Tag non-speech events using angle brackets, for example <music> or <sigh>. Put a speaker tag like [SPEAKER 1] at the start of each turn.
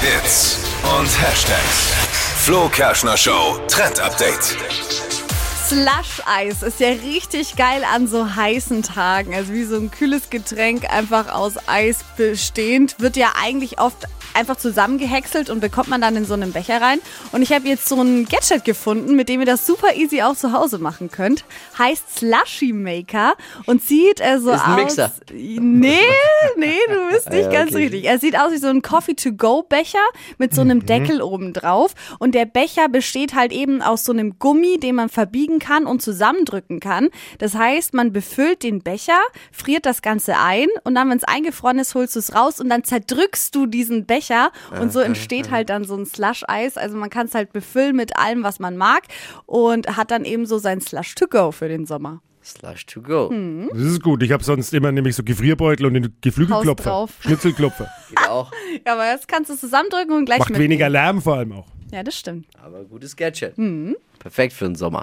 [SPEAKER 1] Hits und Hashtags. Flo Kerschner Show Trend Update.
[SPEAKER 2] Slush-Eis ist ja richtig geil an so heißen Tagen. Also wie so ein kühles Getränk einfach aus Eis bestehend. Wird ja eigentlich oft einfach zusammengehäckselt und bekommt man dann in so einen Becher rein. Und ich habe jetzt so ein Gadget gefunden, mit dem ihr das super easy auch zu Hause machen könnt. Heißt Slushy Maker und sieht äh, so
[SPEAKER 3] Ist ein
[SPEAKER 2] aus.
[SPEAKER 3] Mixer.
[SPEAKER 2] Nee, nee, du bist nicht ganz
[SPEAKER 3] okay.
[SPEAKER 2] richtig. Er sieht aus wie so ein Coffee-to-go-Becher mit so einem Deckel oben drauf. Und der Becher besteht halt eben aus so einem Gummi, den man verbiegen kann und zusammendrücken kann. Das heißt, man befüllt den Becher, friert das Ganze ein und dann, wenn es eingefroren ist, holst du es raus und dann zerdrückst du diesen Becher und so entsteht halt dann so ein Slush-Eis. Also man kann es halt befüllen mit allem, was man mag und hat dann eben so sein Slush-to-go für den Sommer.
[SPEAKER 3] Slash to go.
[SPEAKER 4] Das ist gut. Ich habe sonst immer nämlich so Gefrierbeutel und den Geflügelklopfer.
[SPEAKER 2] Haus drauf.
[SPEAKER 4] Schnitzelklopfer.
[SPEAKER 3] Geht auch.
[SPEAKER 2] Ja, aber jetzt kannst du <laughs> es zusammendrücken und gleich
[SPEAKER 4] Macht
[SPEAKER 2] mitnehmen.
[SPEAKER 4] weniger Lärm vor allem auch.
[SPEAKER 2] Ja, das stimmt.
[SPEAKER 3] Aber gutes Gadget. Perfekt für den Sommer.